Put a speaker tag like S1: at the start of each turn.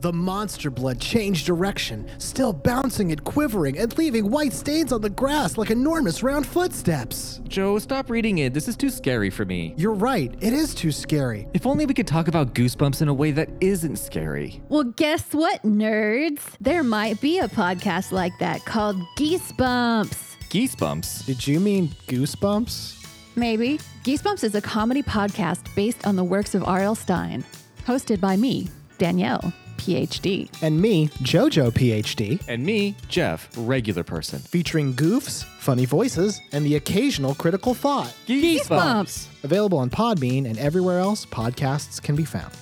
S1: The monster blood changed direction, still bouncing and quivering and leaving white stains on the grass like enormous round footsteps.
S2: Joe, stop reading it. This is too scary for me.
S1: You're right, it is too scary.
S2: If only we could talk about goosebumps in a way that isn't scary.
S3: Well, guess what, nerds? There might be a podcast like that called Geesebumps.
S2: Geesebumps?
S1: Did you mean goosebumps?
S3: Maybe. Geesebumps is a comedy podcast based on the works of R.L. Stein, hosted by me, Danielle, PhD.
S1: And me, JoJo PhD,
S2: And me, Jeff, regular person.
S1: featuring goofs, funny voices, and the occasional critical thought.
S3: Geesebumps.
S1: Available on Podbean and everywhere else podcasts can be found.